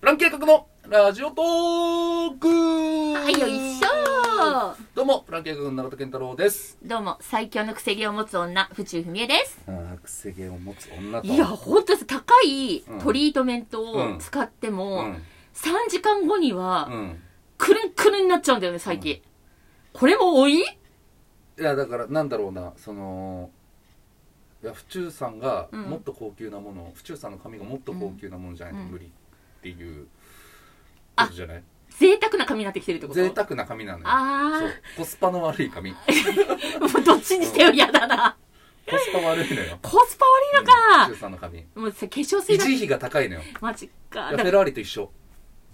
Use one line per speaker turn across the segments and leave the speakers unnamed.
ラン計画のラジオトーク
はい、よいしょ
どうも、プラン計画の永田健太郎です。
どうも、最強のくせ毛を持つ女、府中文江です。
ああ、くせ毛を持つ女と。
いや、ほんとです高い
うん
トリートメントを使って
う
も、
ん。
3時間後には
う、ん。
くるんくるんになっちゃうんだよね、最近。これも多い
いや、だから、なんだろうな、その、いや、府中さんが
うん
もっと高級なもの、府中さんの髪がもっと高級なものじゃないと
うん
無理っていうことじゃない
贅沢な髪になってきてるってこと
贅沢な髪なのよ。
あ
そう。コスパの悪い 髪。コ
ー、もうどっちにしてよ、嫌だな。
スパ悪いのよ。
コスパ悪いの
府
か。
中さんの髪。
もうさ、化粧水
維
が、
持費が高いのよ。い
マジか。
や
だ
フェラーリと一緒。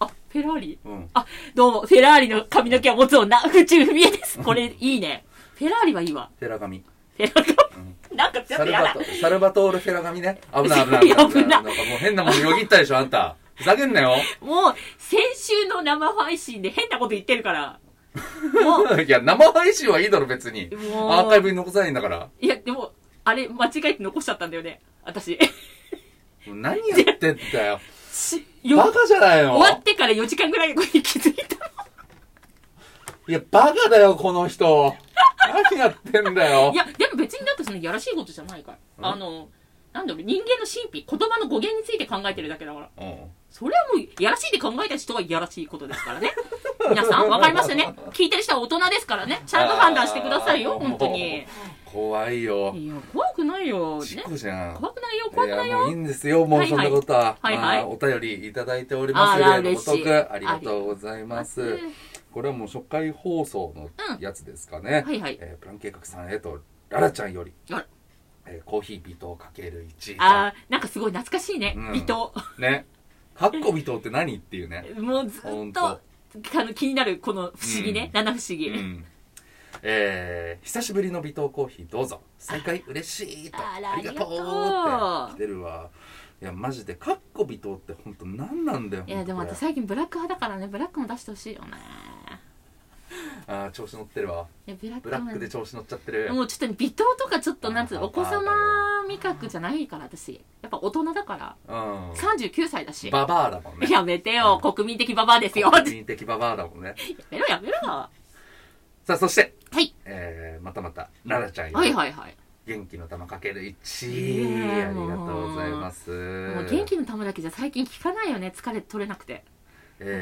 あ、フェラーリ
うん。
あ、どうも、フェラーリの髪の毛を持つ女、府中文江です。これ、いいね。フェラーリはいいわ。
フェラ髪。
フェラーリ
うん
なんかちょ
サ
っと
ル
や
バ
だ
ト。サルバトールフェラ髪ね。危ない危ない危ない危ない。
危
な
なん い
かもう変なもんよぎったでしょ、あんた。ふざけんなよ。
もう、先週の生配信で変なこと言ってるから。もう、
いや、生配信はいいだろ、別に。
もう
アーカイブに残さないんだから。
いや、でも、あれ、間違えて残しちゃったんだよね。 私。
もう何やってんだよ。
しよ
バカじゃないの
終わってから4時間ぐらい後に気づいた。
いや、バカだよ、この人。何やってんだ よ
い。や、でも別にだってその、やらしいことじゃないから。
うん
あの、なんだろう、人間の神秘、言葉の語源について考えてるだけだから。
うん
それはもう、やらしいで考えた人はやらしいことで すからね。皆さん、わかりますよね聞いてる人は大人ですからね。ちゃんと判断してください
あー
よ、本当に。
怖いよ。
いや、怖くないよ。
事
ね。
故じゃん。
怖くないよ、怖くない
いや。
よ
もういいんですよ、もう
はい
そん
はい
なことは。
はいはい
あーお便りいただいております。
あら
例のごと
嬉し
く
い
ありがとうございます。これはもう初回放送のやつですかね。
はい はい。
えープラン計画さんへと、ララちゃんより
あら、
えーコーヒー微糖かける1。
あー、なんかすごい懐かしいね
うん。
微糖。
ね。かっこ微糖って何っていうね。
もうずっと、
ほんと
あの、気になる、この不思議
うん
ね。七不思
う
議。
ん。えー久しぶりの微糖コーヒーどうぞ。再開嬉しいと。
あら
ありがとう
ありがと
っ
う
て来てるわ。いや、マジで、かっこ微糖って本当何なんだよ。
いや、でも
ほんと
私
これ
最近ブラック派だからね、ブラックも出してほしいよね。
あー調子乗ってるわ。
いや、ブラック
ブラックで
ね
調子乗っちゃってる。
もうちょっと微糖とかちょっとなんつうの
あー
お子様味覚じゃないから私やっぱ大人だから
うん。
39歳だし
ババアだもんね。
やめてよ国民的ババアですよや
国民的ババアだもんね。
めろやめろは
さあ、そして、
い
えー、またまた、ララちゃんよ
はい
り、
はいはい
元気の玉かける
い
1。
や
あ
ー
り
もう
がとうございます。
もう元気の玉だけじゃ最近聞かないよね疲れ取れなくて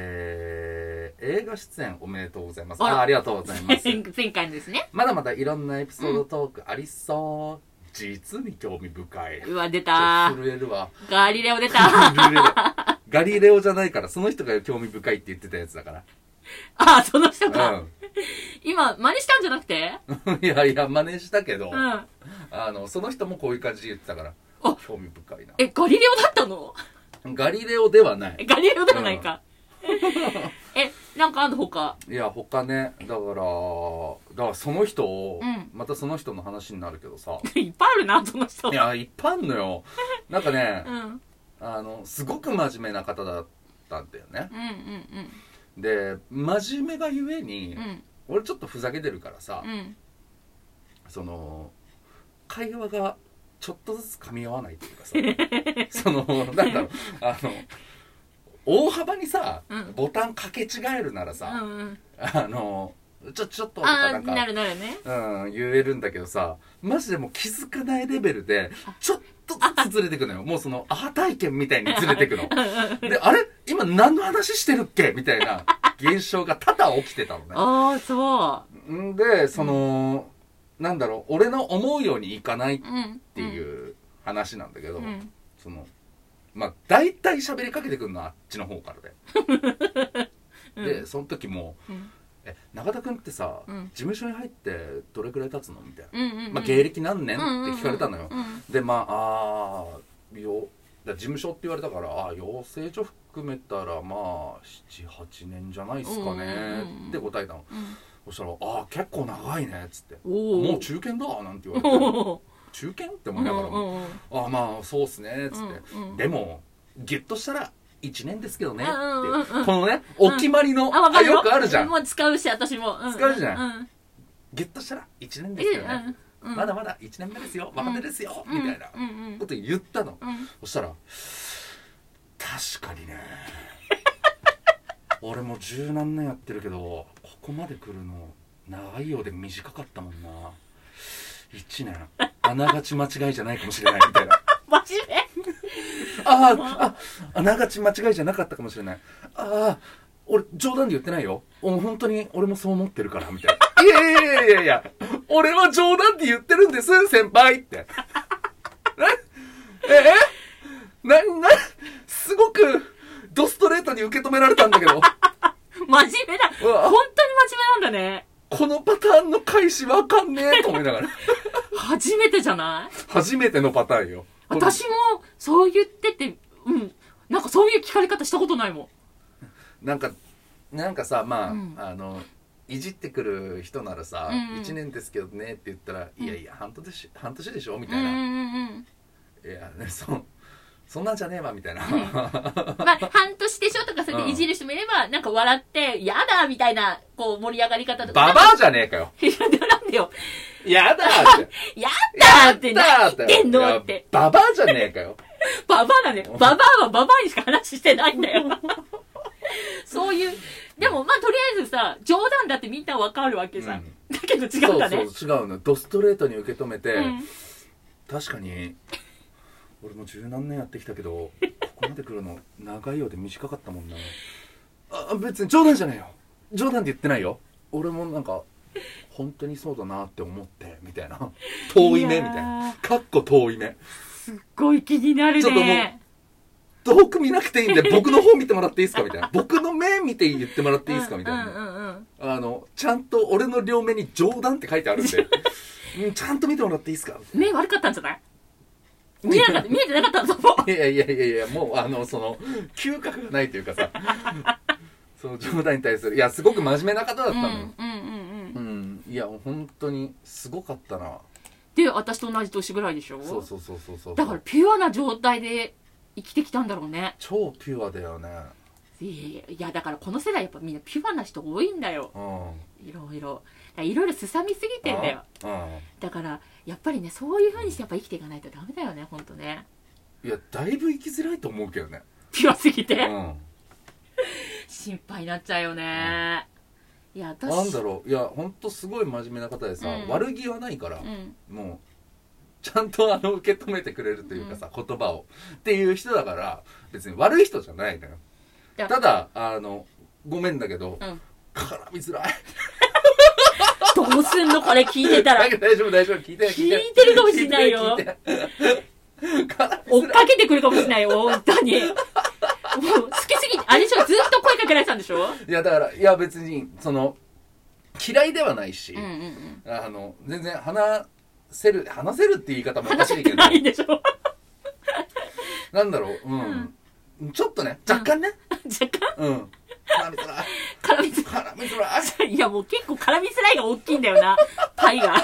えー、映画出演おめでとうございます。
あら
あありがとうござい ます。
前回のですね
まだまだいろんなエピソードトークありそう。実に興味深い。
うわ出
ちょ
た
っと震えるわ。
ガリレオ出たあ
震える。ガリレオじゃないから、その人が興味深いって言ってたやつだか
あその人
ら。
が今真似したんじゃなくて
うん。いやいや、真似したけど、
うん
あの、その人もこういう感じで言ってたから
あ、
興味深いな。
えガリレオだったの
ガリレオではない。
ガリレオではないか えなんかあんのほか
いや他ねだからだからその人を、
うん
またその人の話になるけどさ
いっぱいあるなその人
いやいっぱいあんのよなんかね
う、んうん
あのすごく真面目な方だったんだよね
うんうん
で真面目がゆえに、
うん
俺ちょっとふざけてるからさ、
うん
その会話がちょっとずつ噛み合わないっていうかさそのなんだろうあの大幅にさ、
うん
ボタン掛け違えるなら
う
さ、
んうん
あのちょちょっととか
あ
な
あ
んか
なるなるね
うん、言えるんだけどさ、マジでもう気づかないレベルで、ちょっとずつずれてくのよ。もうその、アハ体験みたいにずれてくの。で、あれ今何の話してるっけみたいな現象が多々起きてたのね。
ああそ
んで、その、なんだろう、俺の思うようにいかないっ
ううんって
いう話なんだけど、
うん
その、まあ、大体喋りかけてくるのはあっちの方からで。で、その時もう、
うん
え、中田くんってさ、
うん
事務所に入ってどれくらい経つのみたいな。
うんうん
まあ、芸歴何年って聞かれたのよ、
うんうんうん
でまああーよだから事務所って言われたからあー養成所含めたらまあ78年じゃないですかねって答えたの、
ん
そしたら「ああ結堅構長いね」っつって「
おー
もう中堅だ」なんて言わ れて
お
「中堅?」って思いながらも
ー
「ああまあそうっすね」っつって、
うんうん
でもギュッとしたら1年ですけどね」って、
うんうんうんうん
このねお決まりの、
あ、わか
あ
る
よくあるじゃん
もう使うし、私も。うん
使うじゃん
うん。
ギュッとしたら1年
え
ですけどね、
うん。
まだまだ1年目ですよ若手ですよ、みたいな
うんうん
こと言ったの、
うん。
そしたら「確かにね 俺もう十何年やってるけどここまで来るの長いようで短かったもんな1年あながち間違いじゃないかもしれないみたいな
真面目
あーああながち間違いじゃなかったかもしれないああ俺冗談で言ってないよお本当に俺もそう思ってるからみ たいないやいやいやいやいや俺は冗談で言ってるんです先輩って なええな、な、すごく、ドストレートに受け止められたんだけ ど、
真面目だ。
うわ
本当に真面目なんだね。
このパターンの返しわかんねえと思いながら。
初めてじゃない
初めてのパターンよ。
私もそう言ってて、うん。なんかそういう聞かれ方したことないもん。
なんか、なんかさ、まあ、
うん
あの、いじってくる人ならさ、
うんうん
一1年ですけどねって言ったら、いやいや、半年でし、半年でしょみ
うん
た
う
いな。
んうん。
いや、ね、そ、そんなんじゃねえわ、みたいな。
まあ、半年でしょとかそれでいじる人もいれば、なんか笑って、やだみたいな、こう盛り上がり方とか。
ババアじゃねえかよ。
いや、なんでよ。
やだー って。
やったーって何言ってん
い
の
や
って。
ババアじゃねえかよ。
ババアだね。ババアはババアにしか話してないん だよ。そういう。でもまあとりあえずさ、冗談だってみんなわかるわけじゃん。だけど違うんだね。
そうそう違うのドストレートに受け止めて、
うん
確かに俺も十何年やってきたけどここまで来るの長いようで短かったもんなあ別に冗談じゃないよ冗談で言ってないよ俺もなんか本当にそうだなって思ってみたいな遠い目
いや
み
ー
たいなかっこ遠い目
すごい気になる
ちょっともう
ね。
遠く見なくていいんで僕の方見てもらっていいですかみたいな僕の目見て言ってもらっていいですかみたいな、
うんうんうんうん。
あのちゃんと俺の両目に冗談って書いてあるんでうんちゃんと見てもらっていいですか
目悪かったんじゃない見えなかった、見えてなかったんだ と思う。
いやいやいやいや、もうあの、その、嗅覚がないというかさ、その冗談に対する、いや、すごく真面目な方だった
うんうん
の。
うんうん
う。ん、いや、本当に、すごかったな。
で、私と同じ年ぐらいでしょ
そうそうそうそうそう。
だから、ピュアな状態で生きてきたんだろうね。
超ピュアだよね。
いやいやいや、だからこの世代やっぱみんなピュアな人多いんだよ。
うん。
いろいろ。だからいろいろすさみすぎてんだよ。
う
だから、やっぱりね、そういう風にしてやっぱ生きていかないとダメだよね、ほんとね。
ん。いや、だいぶ生きづらいと思うけどね。
ピュアすぎ
う
て。
ん。
心配になっちゃうよね。いや、私。
なんだろう、いや、本当すごい真面目な方でさ、
うん
悪気はないから、
うん。
もう、ちゃんとあの、受け止めてくれるというかさ、言葉を。っていう人だから、別に悪い人じゃないのよ。
だ
ただ、あの、ごめんだけど、
うん。
絡みづらい。
どうすんのこれ聞いてたら
大。丈夫、大丈夫、大丈夫、聞いてる、
聞いてるかもしんないよ
聞いてる聞いてる 絡みづ
追
らい。
っかけてくるかもしれないよ、本当に。もう、好きすぎて、あれでしょ、ずっと声かけられてたんでしょ
いや、だから、いや、別に、その、嫌いではないし、
うんうんうん。
あの、全然話せる、話せるって言い方もおかしいけど、
ないでしょ 若
なんだろう、うん。ちょっとね、若干ね、
干
うん。絡みづらい。
絡みづ
絡みづらい。
らい。いや、もう結構絡みづらいが大きいんだよな、パイが。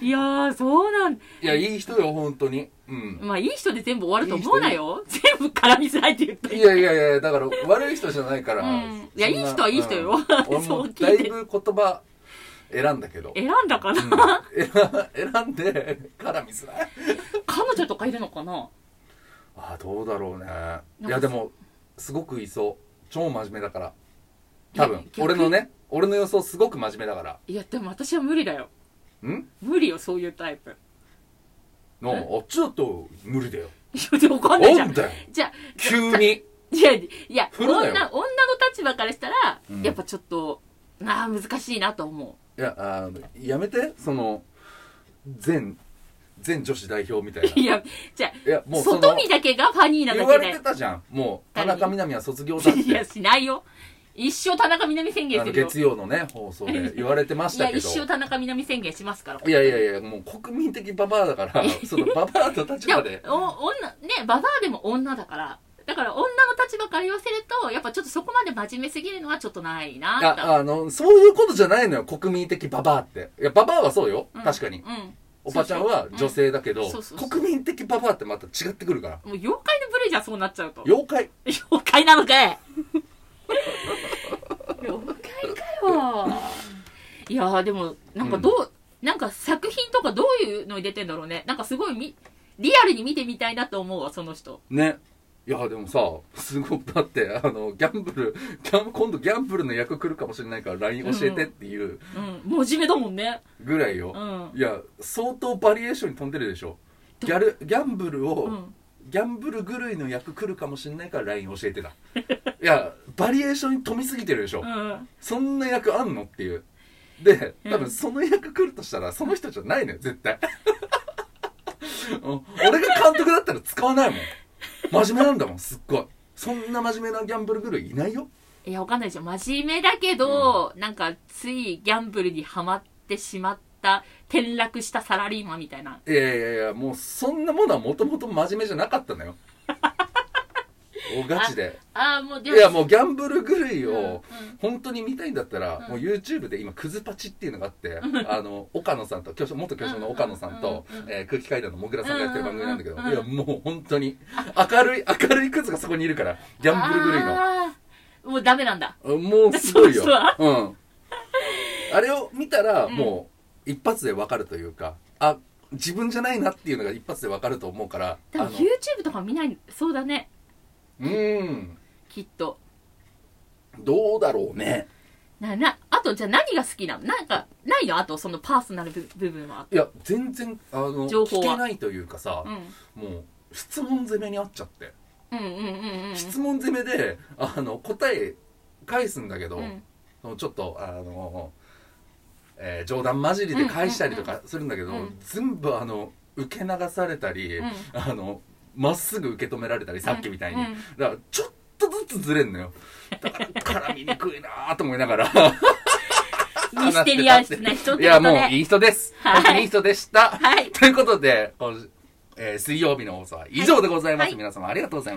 いやー、そうなん、
いや、いい人よ、本当に。うん。
まあ、いい人で全部終わると思うなよ。全部絡みづらいって言った
いやいやいや、だから悪い人じゃないから。
うんいや
そんない
い人はいい人よ
うん俺
そう
も
聞いて
だいぶ言葉選んだ けど。
選んだかな、
うん選選んで、絡みづらい。
彼女とかいるのかな
ああ、どうだろうね。い
な
や、
んか
でも、すごくいそう。超真面目だから。多
いや
分、
逆に
俺のね、俺の予想すごく真面目だから。
いや、でも私は無理だよ。
ん
無理よ、そういうタイプ。
の、あっちだと無理だよ。
いや、でもわかんないじ
な
ゃ
ん
ん。
だよ。
じゃあ、
急 に。
いや、いや、
風
女、
呂だ
女
よ
の立場からしたら、
うん
やっぱちょっと、ああ、難しいなと思
いや、あの、やめて、その、全、全女子代表みたいな。
う。いや、じゃ
いや、
あ、
もうその
外見だけがファニーな
言わ
だ
れて
け
たじゃんもう田
誰に
中みな実は卒業だっ
で。いや、
て
しないよ。一生田中みな実宣言
あ
す
の
るよ。
月曜のね放送 で言われてまし
い
た
や、
けど
一生田中みな実宣言しますから。
いやいやいやもう国民的ババアだからそのババアの立場で
でも、お女、ね、ババアでも女だから。だから、女の立場から言わせると、やっぱちょっとそこまで真面目すぎるのはちょっとないなと
ああのそういうことじゃないのよ国民的ババアっていやババアはそうよ、
うん
確かに
うん。
おばちゃんは女性だけど、
うんそうそうそう
国民的ババアってまた違ってくるから
もう妖怪の部類じゃんそうなっちゃうと。
妖怪
妖怪なの かい妖怪かよいやーでもなんかどう、なんか作品とかどういうのに出てんだろうねなんかすごいみリアルに見てみたいなと思うわその人
ねいやでもさすごくだってあのギャンブルギャン今度ギャンブルの役来るかもしれないから LINE 教えてっていう
うんもう真面目だもんね
ぐらいよ、
うん
いや相当バリエーションに飛んでるでしょギャルギャンブルを、
うん
ギャンブル狂いの役来るかもしれないから LINE 教えてだいやバリエーションに富みすぎてるでしょ、
うん
そんな役あんのっていうで
うん
多分その役来るとしたらその人じゃないのよ絶対うん俺が監督だったら使わないもん真面目なんだもんすっごいそんな真面目なギャンブル狂いいないよ
いやわかんないでしょ真面目だけど、なんかついギャンブルにはまってしまった転落したサラリーマンみたいない
やいやいやもうそんなものはもともと真面目じゃなかった のよおガチで
ああもうで
いやもうギャンブル狂いを
うんうん
本当に見たいんだったら、
うん
もう YouTube で今「クズパチ」っていうのがあって、あの岡野さんと教授元教授の岡野さんと、
うんうんうん
えー空気階段のもぐらさんがやってる番組なんだけど、
うんうんうん
いやもう本当に明るい明るいクズがそこにいるからギャンブル狂いの
あーもうダメなんだ
もうすごいよ
そうそ
うん、あれを見たら、
ん
もう一発でわかるというかあ自分じゃないなっていうのが一発でわかると思うから
でも
あの
YouTube とか見ないそうだね
うん
きっと
どうだろうね
ななあとじゃあ何が好きなのなんかないのあとそのパーソナル部部分はい
や全然あの
情報
聞
は
けないというかさ、
うん
もう質問攻めにあっちゃって、
うんうんうんうん
質問攻めであの答え返すんだけど、
うん
そのちょっとあの、えー冗談交じりで返したりとかするんだけど、
うんうんうん
全部あの受け流されたり、
うん
あのまっすぐ受け止められたりさっきみたいに、
うんうん
だからちょっとずつずれんのよだから絡みにくいなーと思いながら
ミステリアスな人っ
い
てこ
や
と
もう
で
いい人です、
はい
本当にいい人でした、
はい
ということで、今週えー水曜日の放送は以上でございます、
はい
皆様ありがとうございました